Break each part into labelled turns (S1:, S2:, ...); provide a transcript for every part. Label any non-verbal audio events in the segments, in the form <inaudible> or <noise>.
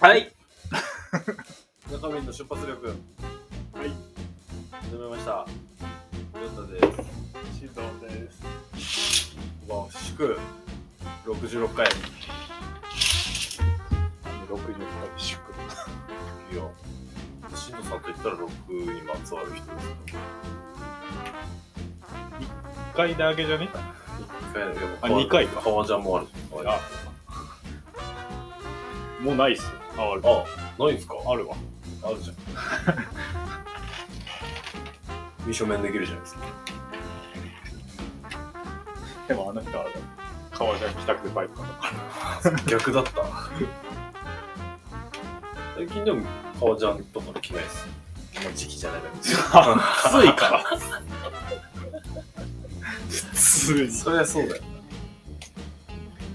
S1: はい。 <laughs> 中身の出発力。はい。始めました。ヨタです。
S2: シドです。
S1: わあ、祝66回。
S2: 六十回祝。
S1: いや、しんのさんと言ったら6にまつわる人ですけど。
S2: 一回だけじゃね？
S1: 1回だ
S2: あ
S1: けど
S2: 二回か
S1: 革ジャンもあるじゃん。
S2: あ、もうないっす。あ、ある。
S1: あ、ないんすか
S2: あるわ。
S1: ある
S2: <laughs>
S1: じゃん。優勝面できるじゃないですか。
S2: でもあなた革ジャン着たくてバイク買ったから。
S1: 逆だった。最近でも革ジャンとか着ないです。今時期じゃないだけです。
S2: 暑いから。普通に。
S1: <laughs> そりゃそうだよ。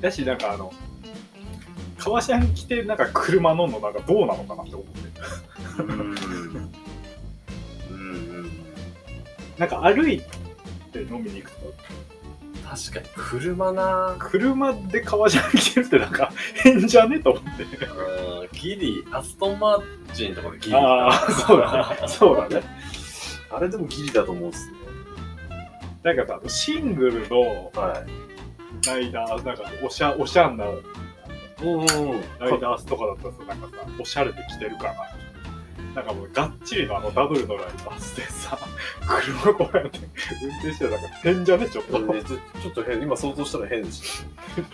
S2: だしなんかあの革ジャン着てなんか車乗んのなんかどうなのかなって思って。
S1: うん。うん。
S2: なんか歩いて飲みに行くと
S1: 確かに、車な
S2: 車で革ジャン着てるってなんか変じゃねと思って。
S1: うん、ギリ、アストンマーチンとかでギリ。
S2: ああ、そうだね。そうだね。
S1: あれでもギリだと思うんですね。
S2: なんかさ、シングルの
S1: は
S2: ライダー、なんかおしゃ、おしゃんなラ
S1: い。うんうん。
S2: イダースとかだったらさ、なんかさ、おしゃれで着てるから、なんかもうがっちりのあのダブルのライダースでさ、車こうやって運転してたらなんか変じゃねちょっと。
S1: ねちょちょっと変、今想像したら変でし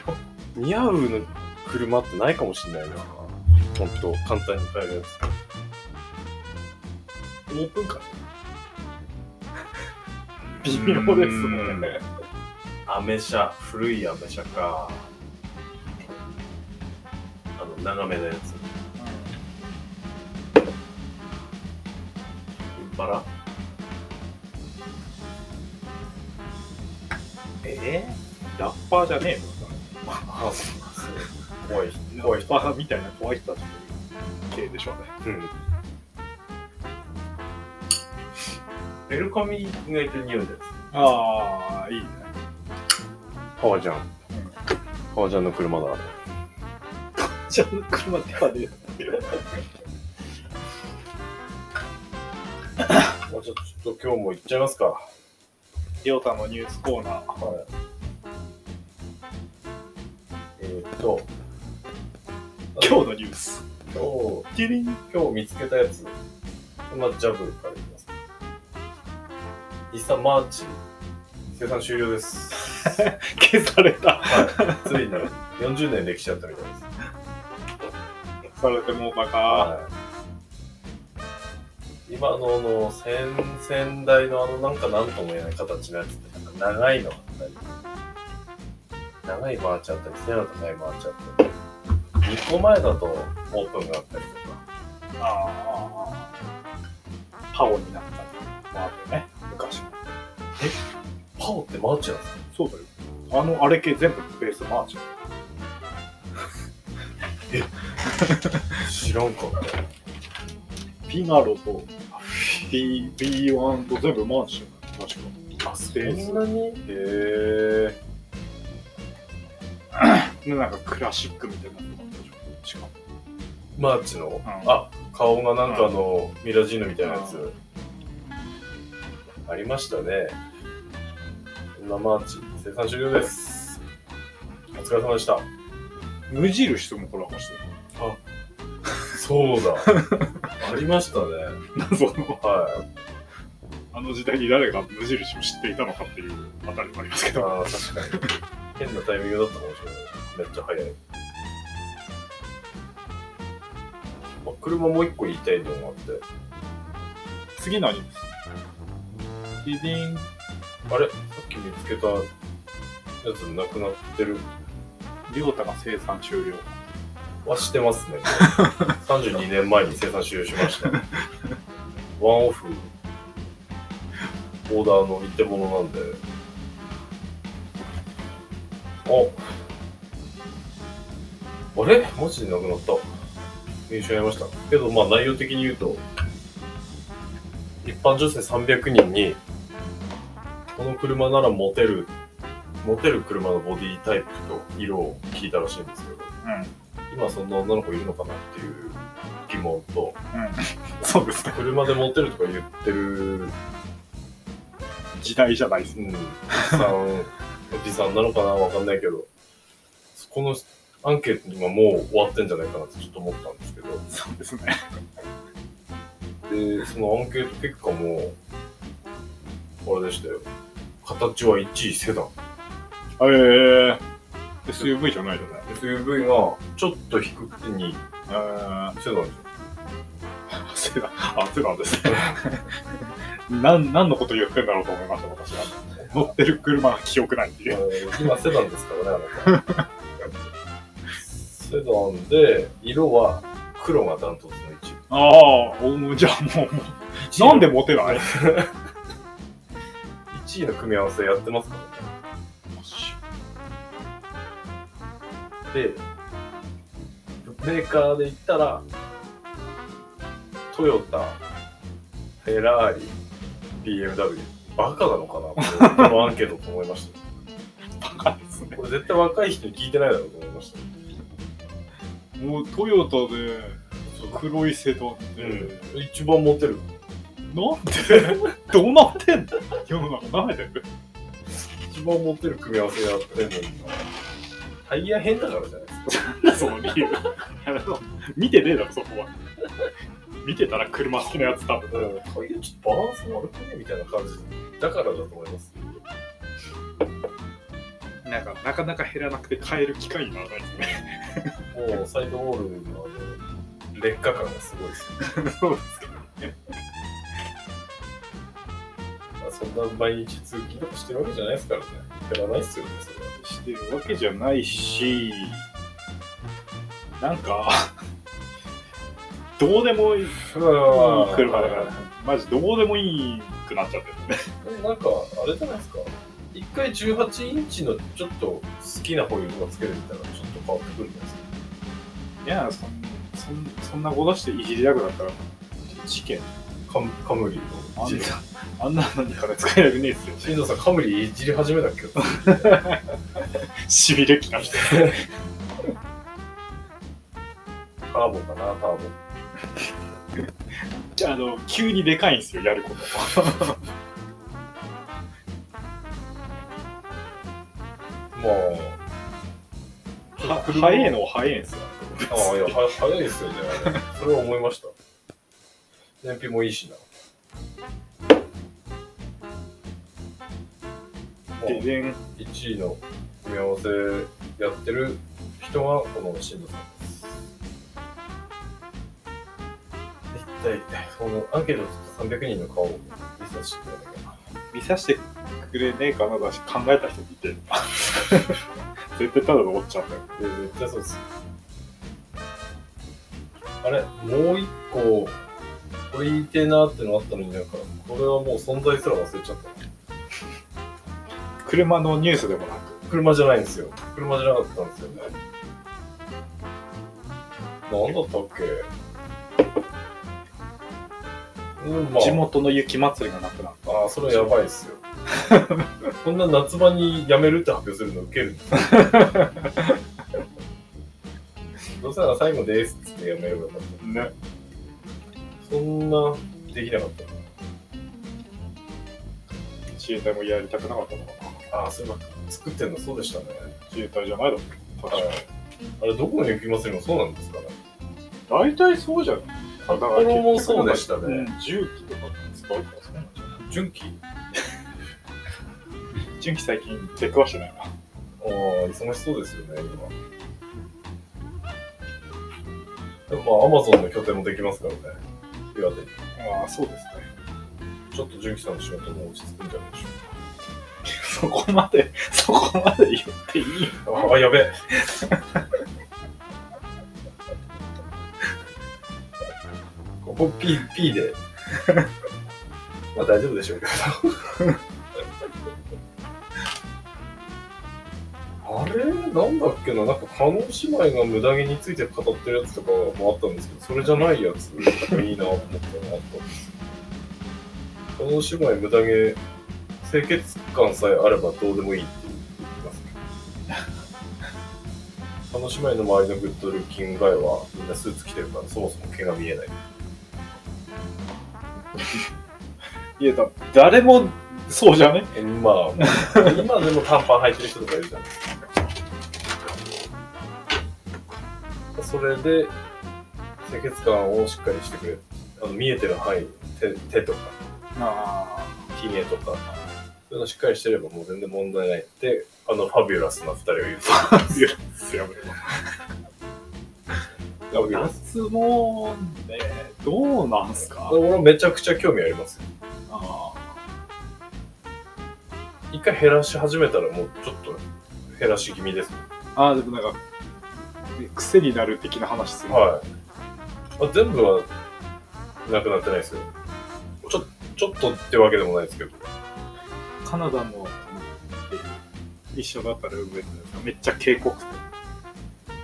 S1: た。 <laughs> 似合うの車ってないかもしれないな。ほんと、簡単に買えるや
S2: オープンカー。微妙です
S1: うん
S2: ね。
S1: つ。アメ車、古いアメ車か。あの、長めのやつ。バラ
S2: えー、ラッパーじゃねえの
S1: あ、そう。怖い。怖い
S2: ラッパーみたいな怖い人たち系でしょうね。
S1: うん。ベルカミ意外と匂いです。
S2: ああ、いいね。
S1: 革ジャン。革ジャンの車だ。
S2: じゃあ、車ではね
S1: ちょっとちょっと今日も行っちゃいますか。
S2: りょうたのニュースコーナー。
S1: はい。えーっと、
S2: 今日のニュース。
S1: 今
S2: キリン。
S1: 日、今日見つけたやつ。まずジャブからいきます。一産マーチ。生産終了です。
S2: 消され <laughs> た。
S1: はい。ついに40年歴史あったみたいです。
S2: されてもうバカ。
S1: はい、今のあの先々代のあのなんか何とも言えない形のやつってなんか長いのあったり長いマーチあったり背の高いマーチあったり2個前だとオープンがあったりとか
S2: ああ。パオになったり。まあ、ね。昔も。
S1: パオってマーチなんですか
S2: そうだよ。あの、あれ系全部ベースマーチ。
S1: 知らんかった
S2: ピガロと B、B1 と全部マーチ。確か。あ、スペー
S1: そんなにへえ
S2: ス。なんかクラシックみたいなのがあったじゃん。しかも。
S1: マーチの、
S2: ん
S1: あ顔がなんかあの、ミラジーヌみたいなやつ、
S2: う
S1: ありましたねそんなマーチ生産終了ですお疲れ様でした
S2: 無印ともコラボしてる。
S1: そう
S2: <laughs>
S1: だありましたね
S2: 謎の、
S1: は
S2: あの時代に誰が無印を知っていたのかっていうあたりもありますけ
S1: い
S2: ど。
S1: あー確かに変なタイミングだったかもしれないめっちゃ早いあ車もう一個言いたいのがあって
S2: 次のアニメです。リディン。
S1: あれさっき見つけたやつなくなってる
S2: りょうたが生産終了。
S1: はしてますね。32年前に生産終了しました。ワンオフ、オーダーの一手物なんで。ああれマジでなくなった。入手やりました。けど、まあ内容的に言うと、一般女性300人に、この車ならモテる、モテる車のボディタイプと色を聞いたらしいんですけど、
S2: う
S1: 今そんな女の子いるのかなっていう疑問と、
S2: そうですね。
S1: 車でモテるとか言ってる、
S2: 時代じゃないです
S1: う
S2: ね。
S1: ん、おじさん、おじさんなのかなわかんないけど、そこのアンケートにはもう終わってんじゃないかなってちょっと思ったんですけど、
S2: そうですね。
S1: で、そのアンケート結果も、あれでしたよ。形は1位セダン。
S2: えー、SUV じゃないじゃない
S1: SUV がちょっと低くて2位。
S2: えー、
S1: セダンじ
S2: セダン、あ、セダンですね。 <laughs> なん、何のこと言ってんだろうと思いました、私は。乗ってる車は記憶ないってい
S1: ゃん。あ
S2: う。
S1: の今セダンですからね、あなた。セダンで、色は黒がダントツの1位。
S2: ああ、おもじゃあもう、もうなんでモテない
S1: 1位の組み合わせやってますからね。で、メーカーで言ったら、トヨタ、フェラーリ、BMW。バカなのかなこのこのアンケートと思いました。
S2: バカですね。
S1: これ絶対若い人に聞いてないだろうと思いました。
S2: もうトヨタで、黒いセダンって、
S1: うん、一番モテる。
S2: なんで <laughs> どうなってんの世の中舐めてる
S1: 一番モテる組み合わせやってるのにな。タイヤ変だからじゃないですか。
S2: その理由。 <laughs> 見てねえだろ、そこは。見てたら車好きなやつ多分。
S1: うん、タイヤちょっとバランス悪くねみたいな感じだからだと思います。
S2: なんか、なかなか減らなくて買える機会にならないですね。
S1: もうサイドウォールのあの劣化感がすごいです。
S2: そうですけどね。
S1: まあ、そんな毎日通勤とかしてるわけじゃないですからね。減らないっすよね、それは。
S2: してるわけじゃないし、なんか、 <laughs> どうでもいい
S1: うん
S2: 車だから、マジどうでもいいくなっちゃってるね。
S1: でもなんか、あれじゃないですか。一回18インチのちょっと好きなホイールがつけるみたいなのちょっと変わってくるんじゃないですか。
S2: いや、そんそんそんなことしていじりたくなったら、事件。
S1: カムカムリの
S2: あ
S1: 一
S2: ん
S1: 輪
S2: な、あんなのにから使えなくねえっすよ。
S1: 新藤さん、カムリいじり始めたっけ
S2: しびれきなして。
S1: ターボかな、ターボ。
S2: じゃあ、あの、急にでかいんですよ、やること。
S1: もう、
S2: は早えのは早えんすよ。
S1: ああ、いや、は早いですよね。それは思いました。燃費もいいしな。も
S2: で、
S1: う
S2: でん、
S1: 1位の組み合わせやってる人がこの新藤さんです。一体、そのアンケート300人の顔をリサーチしてくれなきゃ
S2: 見させてくれねえかなだし、考えた人見てる。 <laughs> 絶対ただのおっちゃんだよ。
S1: で絶対そうですよあれもう一個これ言いてえなってのあったのになんかこれはもう存在すら忘れちゃった
S2: 車のニュースでもなく。
S1: 車じゃないんですよ車じゃなかったんですよねなんだったっけうんま
S2: 地
S1: あ
S2: 元の雪祭りがなくなっ
S1: あーそれはやばいっす
S2: <laughs>
S1: よこんな夏場に辞めるって発表するのウケるんですよ
S2: <laughs>
S1: どうせなら最後ですっつって辞めればよかった
S2: た。ね。
S1: そんなできなかったな
S2: 自衛隊もやりたくなかったのかな。
S1: ああ、そういえば作ってんのそうでしたね。
S2: 自衛隊じゃないだろ。確か
S1: はい。あれ、どこの雪祭りもそうなんですかね。
S2: 大体そうじゃない
S1: 札幌もそうでしたね
S2: うん重機とか使うからね。
S1: 純喜
S2: 重機最近出くわしてないな。
S1: ああ、忙しそうですよね、今。でもまあ、アマゾンの拠点もできますからね。岩手に。
S2: ああ、そうですね。
S1: ちょっと純喜さんの仕事も落ち着くんじゃないでしょ
S2: そこまで、 <laughs> そこまで言っていいう
S1: か。ああ、やべえ。ここ P、P で。 <laughs> まあ大丈夫でしょうけど。あれなんだっけななんか、加納姉妹が無駄毛について語ってるやつとかもあったんですけど、それじゃないやつ、いいなと思ったのがあったんですよ。加納姉妹無駄毛、清潔感さえあればどうでもいいって言ってますね。姉妹の周りのグッドルッキングガイはみんなスーツ着てるからそもそも毛が見えない。
S2: いや、だ誰もそうじゃね
S1: えまあ、 <laughs> 今でも短パン履いてる人とかいるじゃないですか。それで、清潔感をしっかりしてくれる。あの見えてる範囲、手手とか、
S2: あ
S1: ひげとか、そういうのしっかりしてればもう全然問題ないって、あのファビュラスな二人を言う。 <laughs>
S2: あ。いや、やめろ。
S1: ファビュラス。
S2: <laughs> 脱毛ね、どうなんすか
S1: 俺もめちゃくちゃ興味ありますよ。
S2: あ
S1: 一回減らし始めたらもうちょっと減らし気味です。
S2: ーあー、でもなんか、癖になる的な話する。
S1: はい。あ、全部はなくなってないですよ。ちょ、ちょっとってわけでもないですけど。
S2: カナダの一緒だったら運営めっちゃ警告て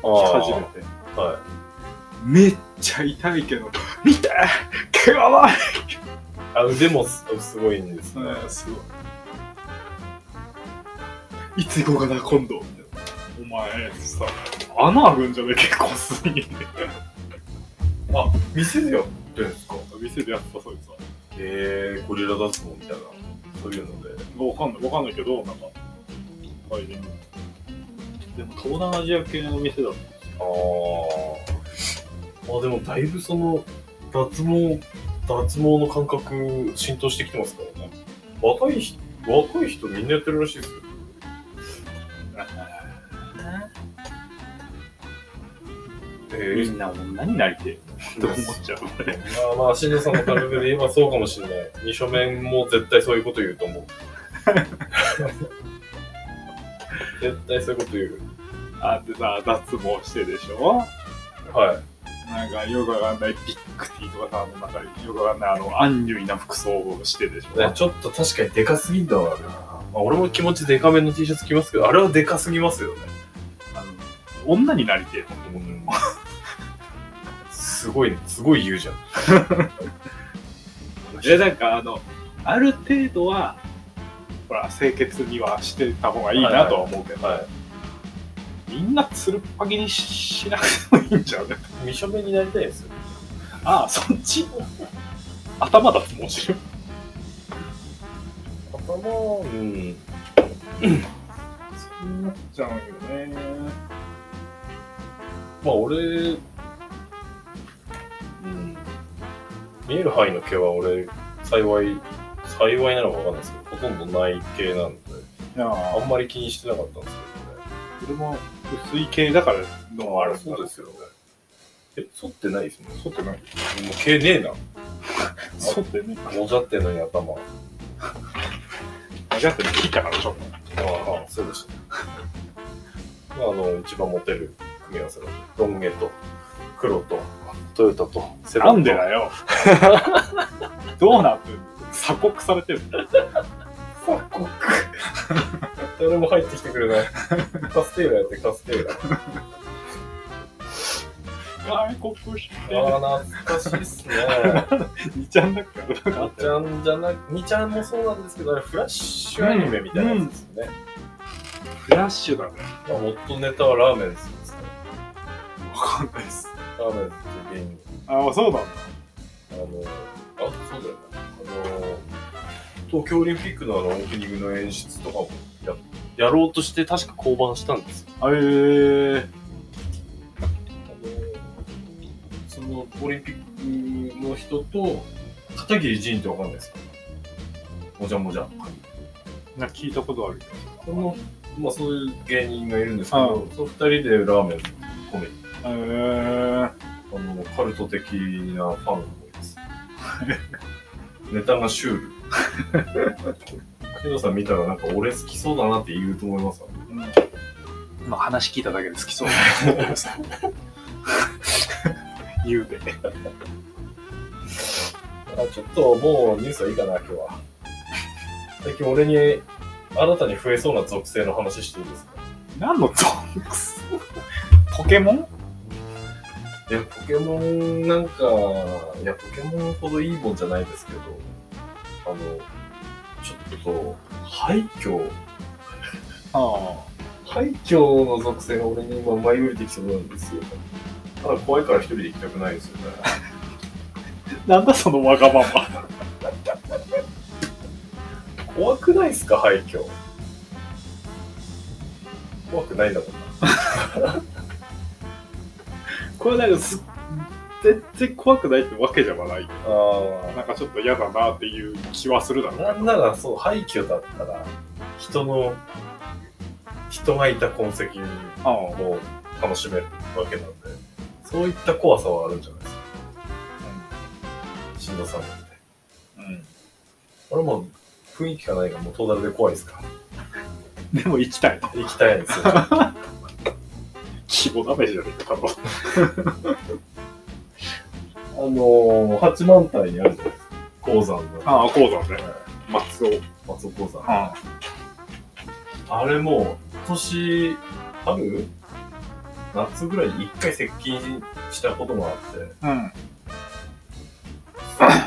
S1: あ
S2: 初めて。
S1: あ。はい。
S2: めっちゃ痛いけど、見て毛がない、
S1: あ、腕もすすごいんですね。
S2: うん、すごい。いつ行こうかな、今度。お前さ、穴あるんじゃね結構すぎて。
S1: あ、店でやってるんですか
S2: 店でやってたそうですわ。
S1: ええー、ゴリラ脱毛みたいな。そういうので。
S2: わかんない、わかんないけど、なんか、はいね。でも、東南アジア系の店だっ
S1: ああ。あ、でもだいぶその、脱毛、脱毛の感覚浸透してきてますからね。若い人、若い人みんなやってるらしいですよ。
S2: た。
S1: え
S2: みんな女になりてえって思っちゃう。俺
S1: まあまあ、新庄さんの感覚で言えばそうかもしれない。二書面も絶対そういうこと言うと思う。絶対そういうこと言
S2: あってさ、脱毛してでしょ
S1: う。はい。
S2: なんか、よくわかんないビッグティーとかさ、あの、なんか、よくわかんない、あの、アンニュイな服装をしてでしょ、
S1: ねちょっと確かにでかすぎんだわな。まあ、俺も気持ちでかめの T シャツ着ますけど、あれはでかすぎますよね。
S2: あの、女になりてえと
S1: う
S2: 思
S1: ん <laughs> すごい、すごい言うじゃん。
S2: う。え、なんか、あの、ある程度は、ほら、清潔にはしてた方がいいなとは思うけど、
S1: は
S2: みんなつるっぱげにししなくてもいいんちゃうね。
S1: い。二書面になりたいですよ。
S2: ああ、そっち頭脱毛してる。
S1: 頭、うん。
S2: そうなっちゃうんよね。
S1: まあ俺、うん、見える範囲の毛は俺、幸い、幸いなのかわかんないですけど、ほとんどない系なんで、
S2: いや
S1: あ
S2: あ、
S1: んまり気にしてなかったんです
S2: これも薄い系だから
S1: けどね。
S2: のはあるんだ
S1: そうですよ。え、剃ってないですね。
S2: 剃ってない。
S1: もう毛ねえな。
S2: 剃ってね。
S1: もじゃってんのに頭。あ
S2: 間違って切ったからちょっと。
S1: あ、そうでした。 <laughs> まああの、一番モテる組み合わせのロン毛と、黒と、トヨタと、セダ
S2: なん
S1: ンと
S2: でだよ。どうなってんの鎖国されてる。
S1: 国 <laughs> 誰も入ってきてくれないカステーラやってカステーラ
S2: 外国してる。
S1: ああ懐かしいっすね
S2: 二ちゃんだっけ
S1: 2ちゃんじゃなく2ちゃんもそうなんですけどあれフラッシュアニメみたいなやつですよね、
S2: フラッシュだね。
S1: まあ、元ネタはラーメンズですね
S2: わかんないっす。
S1: ラーメンズっていう芸人
S2: ああ、そうなんだ。
S1: あのあそうだよなあの東京オリンピックのあのオープニングの演出とかもややろうとして確か降板したんですよ
S2: あえー、
S1: あのそのオリンピックの人と片桐仁ってわかんないですかもじゃもじゃ
S2: なんか聞いたことあるけ
S1: そのまあそういう芸人がいるんですけ
S2: う
S1: どその二人でラーメン込め
S2: ど。えー、
S1: あのカルト的なファンがいますネタがシュールシノさん見たらなんか俺好きそうだなって言うと思います
S2: うん、まあ話聞いただけで好きそうだな言うて
S1: あちょっともうニュースはいいかな、今日は。最近俺に新たに増えそうな属性の話していいですか
S2: 何のゾンクスポケモン
S1: いや、ポケモンなんか、いや、ポケモンほどいいもんじゃないですけど、あの、ちょっと、廃墟、
S2: ああ
S1: 海峡の属性が俺に今舞い降りてきそうなんですよ。ただ怖いから一人で行きたくないですよね。
S2: なんだそのわがまま。
S1: <laughs> 怖くないですか、廃墟。怖くないんだもんな。
S2: これなんかす、全然怖くないってわけではない。
S1: あ
S2: なんかちょっと嫌だなっていう気はするだろう
S1: な
S2: な。
S1: んならそう、廃墟だったら、人の、人がいた痕跡
S2: あ
S1: も楽しめるわけなんで、そういった怖さはあるんじゃないですか。しんどさもって。
S2: う
S1: 俺も雰囲気がないから、もうトータルで怖いですから。
S2: ん。でも行きたい。
S1: 行きたいんですよ。
S2: 肝試しじゃねえか、多分。
S1: あのー、八幡平にあるじゃないですか。鉱山の。
S2: ああ、こうだね。松尾。
S1: 松尾鉱山。
S2: あ
S1: あれもう、今年、春夏ぐらいに一回接近したことがあって、
S2: うん。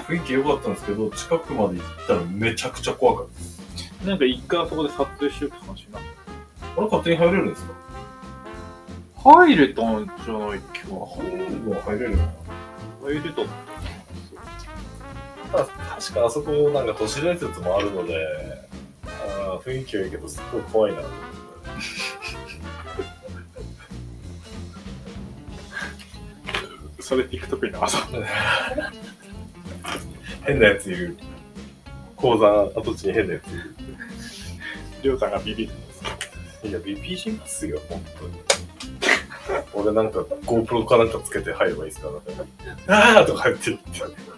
S1: 雰囲気良かったんですけど、近くまで行ったらめちゃくちゃ怖かっ。
S2: なんか一回あそこで撮影しようって話になった
S1: あれ勝手に入れるんですか
S2: た。入れたんじゃないっけな。
S1: 入れるのは入れるのか
S2: 入れた
S1: なただ確かあそこなんか都市伝説もあるので、あー雰囲気はいいけど、すっごい怖いなと思って。
S2: それ TikTok に流そう。
S1: 変なやついる。鉱山跡地に変なやついる。
S2: りょうさんがビビるんです
S1: いや、BP しますよ、本当に。 <laughs> 俺なんか GoPro かなんかつけて入ればいいですから、あーとか言って言って。 <laughs>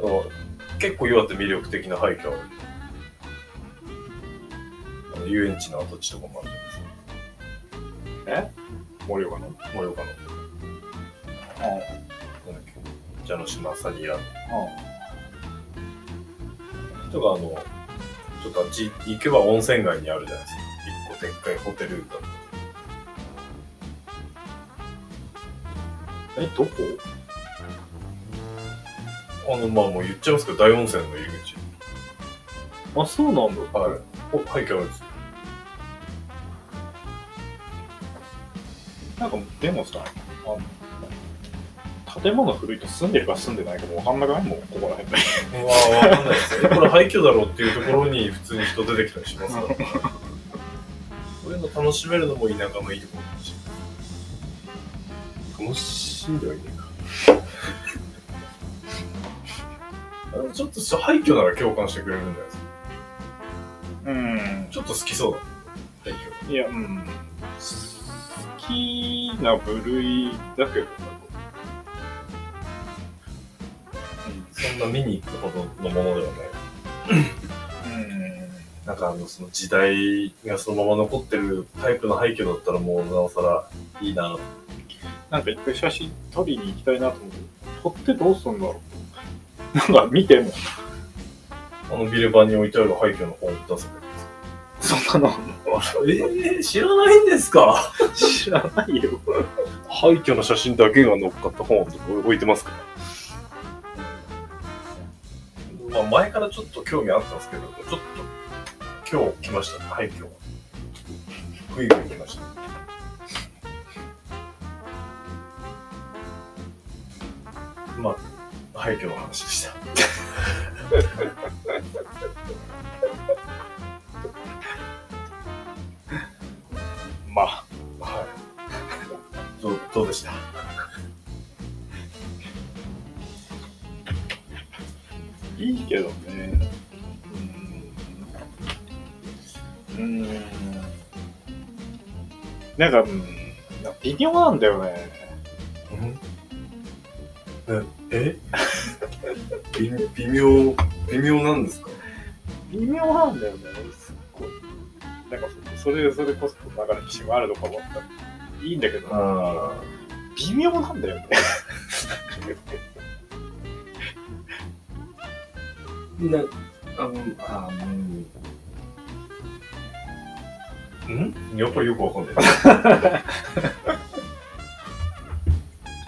S1: あの結構岩手魅力的な廃墟あるあの遊園地の跡地とかもあるんですよ
S2: 森岡の。うん。
S1: 盛岡の。なんだっけ蛇の島サリアとかあの、ちょっとあっち行けば温泉街にあるじゃないですか。一個でっかいホテルが。
S2: え、どこ
S1: あの、まあもう言っちゃいますけど、大温泉の入り口。
S2: あ、そうなんだ。
S1: はい。お、廃墟あるんですよ。
S2: なんか、でもさ、あの、建物古いと住んでるか住んでないかもわかんなくないもん、ここら辺で。
S1: うわーわかんないですね。 <laughs> これ廃墟だろうっていうところに普通に人出てきたりしますから、ね。そういうの楽しめるのも田舎のいいところかもしれない。楽しんではいねえか。あのちょっとした廃墟なら共感してくれるんじゃないですか。
S2: うん。
S1: ちょっと好きそうだ。廃墟。
S2: いや、うん。好きな部類だけど、
S1: そんな見に行くほどのものではない。
S2: うん。
S1: なんかあの、その時代がそのまま残ってるタイプの廃墟だったらもうなおさらいいなと。
S2: なんか一回写真撮りに行きたいなと思って、撮ってどうすんだろう。なんか見ても、
S1: あのビル版に置いてある廃墟の本出せば
S2: そんな
S1: えー、知らないんですか
S2: の知らないよ。
S1: 廃墟の写真だけが乗っかった本とか置いてますから。まあ前からちょっと興味あったんですけど、ちょっと今日来ましたね、廃墟は。ぐいぐい来ました。まあ、廃墟の話でした。
S2: まあ、
S1: はい。どうどうでした
S2: いいけどね。うーん。うーんなんか、うん、なんか微妙なんだよね。
S1: え <laughs> 微微妙、微妙なんですか
S2: 微妙なんだよね、すっごい。なんかそ、それ、それこそ、なんか、シマあるとかもあったらいいんだけど、
S1: ああ。
S2: 微妙なんだよね。
S1: な、あの、あの、んやっぱりよくわ <laughs> かんない。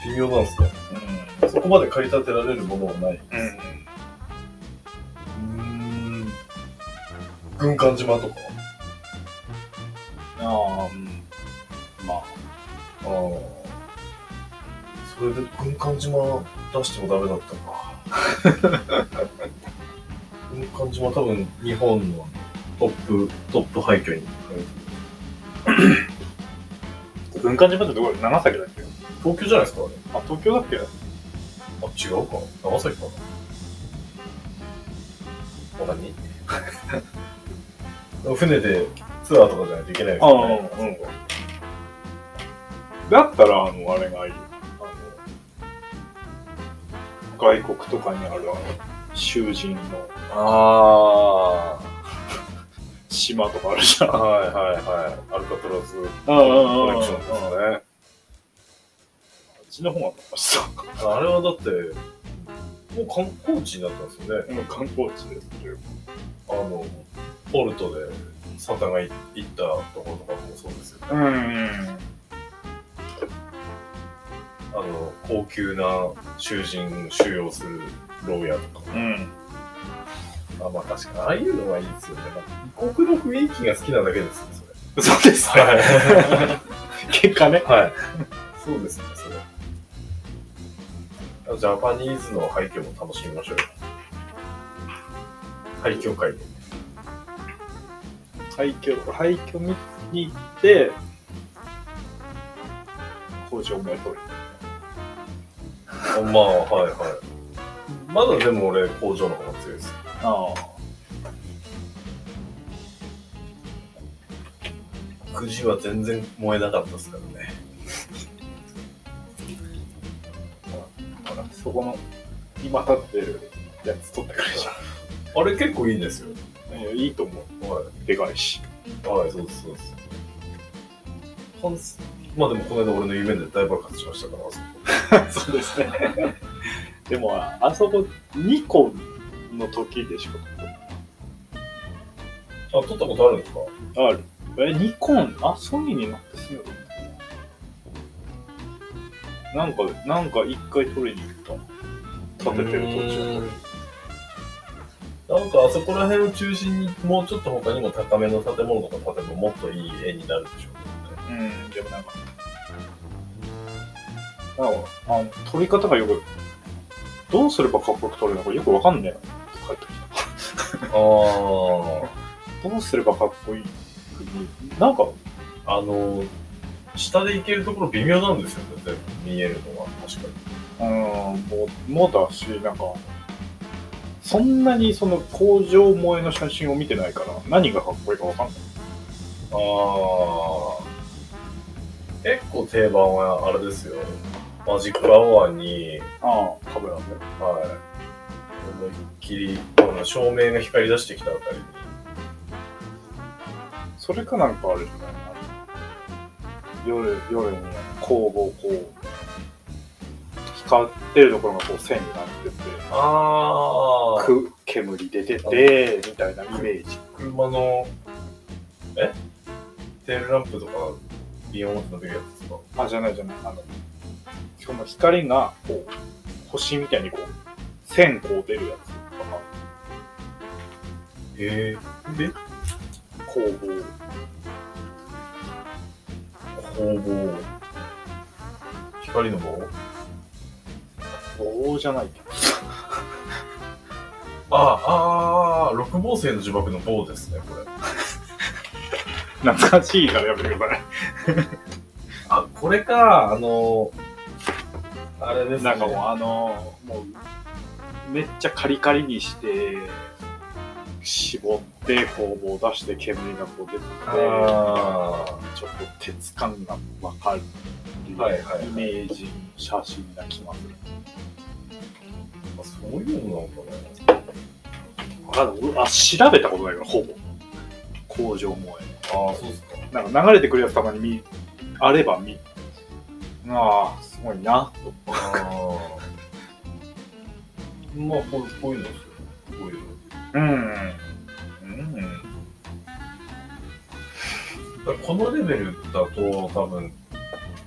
S1: 微妙なんですかそこまで駆り立てられるものはない。
S2: うん。
S1: うーん。軍艦島とか。
S2: ああ、うん。まあ、
S1: ああ。それで軍艦島出してもダメだったか。 <laughs> 軍艦島多分日本のトップ、トップ廃墟に。
S2: 軍艦島ってどこだ長崎だっけ
S1: 東京じゃないですか、あれ。
S2: あ、東京だっけ
S1: あ、違うか。長崎かな。他に <laughs> 船でツアーとかじゃないといけないですよね。
S2: ああうんだったら、あの、あれがいい。あの、外国とかにある、あの、囚人の
S1: あ
S2: 島とかあるじゃん。
S1: あ。はいはいはい。アルカトラズ
S2: ああ、
S1: コ
S2: あ
S1: レ
S2: あ、
S1: クションです
S2: あ
S1: ね。
S2: っちの方が楽しそう。
S1: あれはだって、もう観光地になったんですよね。
S2: うん観光地ですけど。
S1: あの、ポルトでサタンが行ったところとかもそうですよね。
S2: うん。
S1: あの、高級な囚人収容する牢屋とか。
S2: うん。
S1: あまあ確かに、ああいうのはいいですよね。異国の雰囲気が好きなだけですよ、それ。
S2: そうですね。結果ね。
S1: はい。そうですね、それ。ジャパニーズの廃墟も楽しみましょうよ。廃墟会で。
S2: 廃墟、廃墟見に行って、工場もやっとる。
S1: あまあ、はいはい。まだでも俺、工場の方が強いです。
S2: ああ。
S1: くじは全然燃えなかったですからね。
S2: ほら、そこの、今立ってるやつ取ってくれじ
S1: あれ結構いいんですよ。
S2: ゃん。 <laughs> いやいいと思う。
S1: はい。
S2: でかいし。
S1: はい、そうです、そうです。ほんすまあでも、この間俺の夢で大爆発しましたから、あそこ
S2: そうですね。 <laughs> でも、あそこ2個の時でしょ。
S1: あ、撮ったことあるんですか
S2: ある。え、ニコン、あ、ソニーになってすぐだったな。なんか、なんか一回取りに行った。立ててる途中
S1: なんかあそこら辺を中心にもうちょっと他にも高めの建物とか建てばもっといい絵になるでしょうね。
S2: うん、でもなんか。なんか、あの、取り方がよく、どうすればかっこよく取れるのかよくわかんねえな。帰ってき
S1: あ
S2: た。どうすればかっこいいなんか、
S1: あ、あの、下で行けるところ微妙なんですよね、全部見えるのは確かに。
S2: うん、もう、もうだし、なんか、そんなにその工場萌えの写真を見てないから、何がかっこいいかわかんない。
S1: ああ、結構定番はあれですよ。マジックアワーに、
S2: ああ、カメラね。
S1: はい。思いっきり、あの照明が光り出してきたあたりに、
S2: それかなんかあれじゃないな。夜、夜に工房こう、光ってるところがこう線になってて、
S1: ああ、
S2: く、煙出てて、みたいなイメージ。
S1: 車の、えテールランプとか、ビヨーンって伸びるやつですか
S2: あ、じゃないじゃない。あの、その光がこう、星みたいにこう、線こう出るやつとか
S1: へえ。で、
S2: な、工房。
S1: 工房。光の棒
S2: 棒じゃないけど。
S1: あ、あー、六芒星の呪縛の棒ですね、これ。
S2: 懐かしいからやめてください。
S1: あ、これか、あの、あれですね。
S2: なんかもうあのもうめっちゃカリカリにして絞ってこうもう出して煙がこう出てて
S1: あ
S2: ちょっと鉄感が分かる
S1: はいはいはい
S2: イメージの写真な気がする。
S1: ーそういうのなんかね。
S2: あ俺あ調べたことないからほぼ工場も
S1: あー、そうっすか。
S2: なんか流れてくるやつたまに見あれば見ああすごいなと
S1: あ <laughs> ーまあ、こうこういうのですよ。こういうの。
S2: うんうん
S1: だからこのレベルだと多分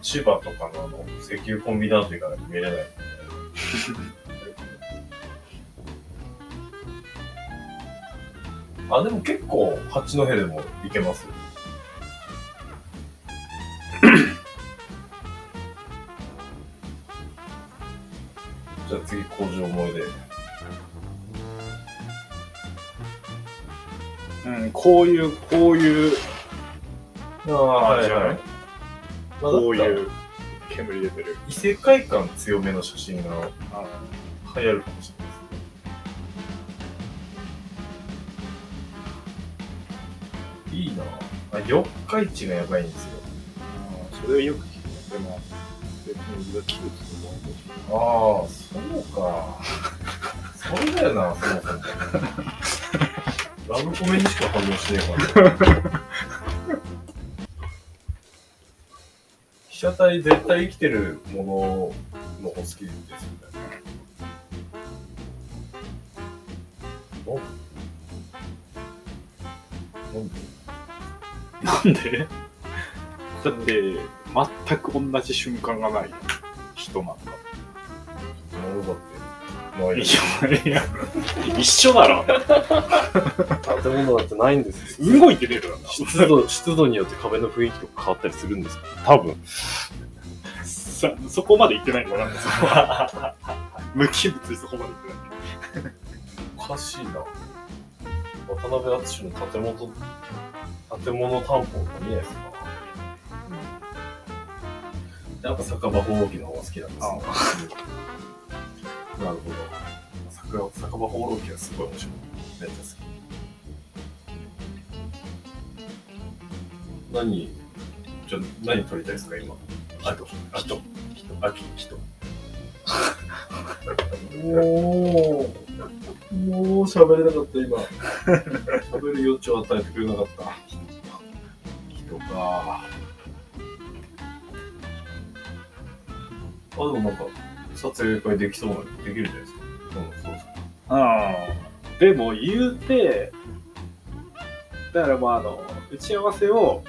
S1: 千葉とかのあの石油コンビナート行かないと見れ
S2: <laughs>
S1: ないんであ、でも結構、八戸でも行け
S2: <laughs>
S1: ますよ。じゃあ次、工場思い出。
S2: うん、こういう、こういう、
S1: ああ、
S2: はいはい。
S1: まあ、
S2: こう
S1: だ
S2: い
S1: から
S2: う、煙出てる。
S1: 異世界感強めの写真が
S2: あの
S1: 流行るかもしれないですね。いいなぁ。あ、四日市がやばいんですよ。
S2: うんそれをよく聞くね。でも、別に俺は器物の問題じ
S1: ああ、そうか。それだよな、そもそも。ラブコメにしか反応しねえから。被写体絶対生きてるものの方好きですよね。なんなんで
S2: ゃないなんでだって、全く同じ瞬間がない人なんだ。
S1: 物だってないよ。
S2: いや、いや、一緒だろ。
S3: 建物だってないんですよ。
S2: 動いて出るよな。
S3: 湿
S1: <laughs>
S3: 度、湿度によって壁の雰囲気とか変わったりするんですか
S1: 多分。
S2: さそこまで行ってないのかな、そこは無機物でそこまで行ってない。
S1: おかしいな。渡辺篤の建物、建物担保が見えないですか、やっぱ酒場放浪記の方が好きなんですね。なるほど。酒場酒場放浪記はすごい面白い。めっちゃ好き。何、じゃあ何撮りたいですか、今。あと、あと、秋、 <laughs> 人。おー。もう喋れなかった <laughs> 今。喋る余地を与えてくれなかった。人か。あ、でもなんか、撮影会できそうな、できるじゃないですか。うん、そうそう。
S2: うんでも言うて、だからまああの、打ち合わせを、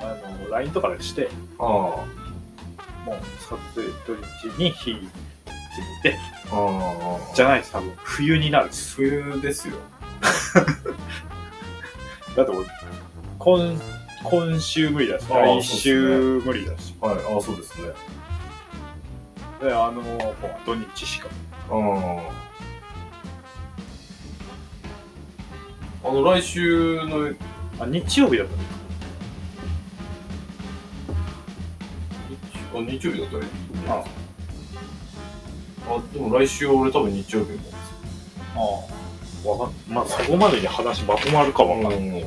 S2: あの、LINE とかでして、
S1: あ
S2: もう撮影土日に日決めて、
S1: あ、ああ。
S2: じ
S1: じゃ
S2: ゃないです、多分。冬になる。
S1: 冬ですよ。
S2: だって俺、今、今週無理だし、
S1: ああ
S2: 来週無理だし。
S1: はい、ああ、そうですね。
S2: で、あの、もう土日しか。
S1: ああ。あの、来週の、
S2: あ、日曜日だったね
S1: あ日曜日だったらいいああ、でも来週俺多分日曜日も。
S2: ああ。わかん、まあそこまでに話まとまるかわかんない。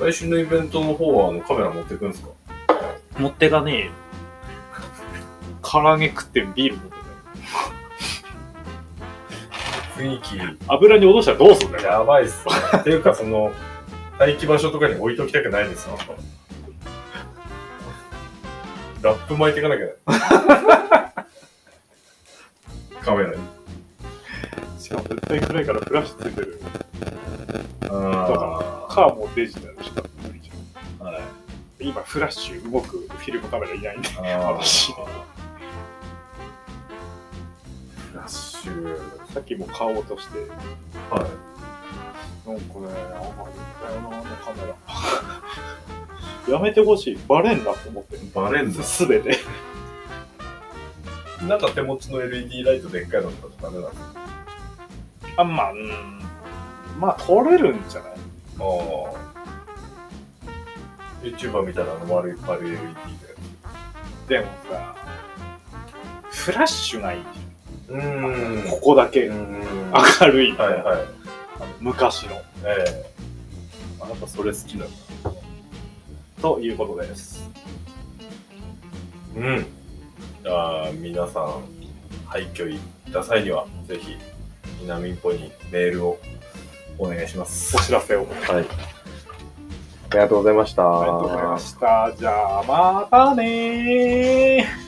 S1: 来週のイベントの方はあのカメラ持ってくんですか
S2: 持ってかねえよ。唐揚げ食ってビール持ってかね
S1: 雰囲気
S2: え油に落としたらどうすんだよ。
S1: やばいっすね。っていうか、その、待機場所とかに置いときたくないですよ。ラップ巻いていかなきゃいけない。カメラに。
S2: しかも絶対暗いからフラッシュついてる。
S1: あ
S2: カーもデジタルしかないじゃん。
S1: あ。はい。
S2: 今フラッシュ動くフィルムカメラいないんで。
S1: あー
S2: 私
S1: フラッシュ。
S2: さっきも買おうとして、なんか
S1: はい。
S2: ね、あんまりだよな、あのカメラ。 <laughs> やめてほしい。バレんなって思ってる。
S1: バレンだ。
S2: すべて。
S1: なんか手持ちの LED ライトでっかいのとかダメなんですか
S2: あ、まあ、うん。まあ、撮れるんじゃない
S1: ああ。YouTuber みたいなあの丸い丸い LED で。
S2: でもさ、フラッシュがいいじ
S1: うー
S2: ゃん。
S1: ん。
S2: ここだけ
S1: うんは
S2: 明るい。
S1: いはい。
S2: あの昔の。
S1: ええあなたそれ好きなんだ。
S2: ということです。
S1: うん。じゃあ、皆さん、廃墟行った際には、ぜひ、南インポにメールをお願いします
S2: お。知らせを。
S3: はい。ありがとうございました。
S2: ありがとうございました。じゃあ、またねー。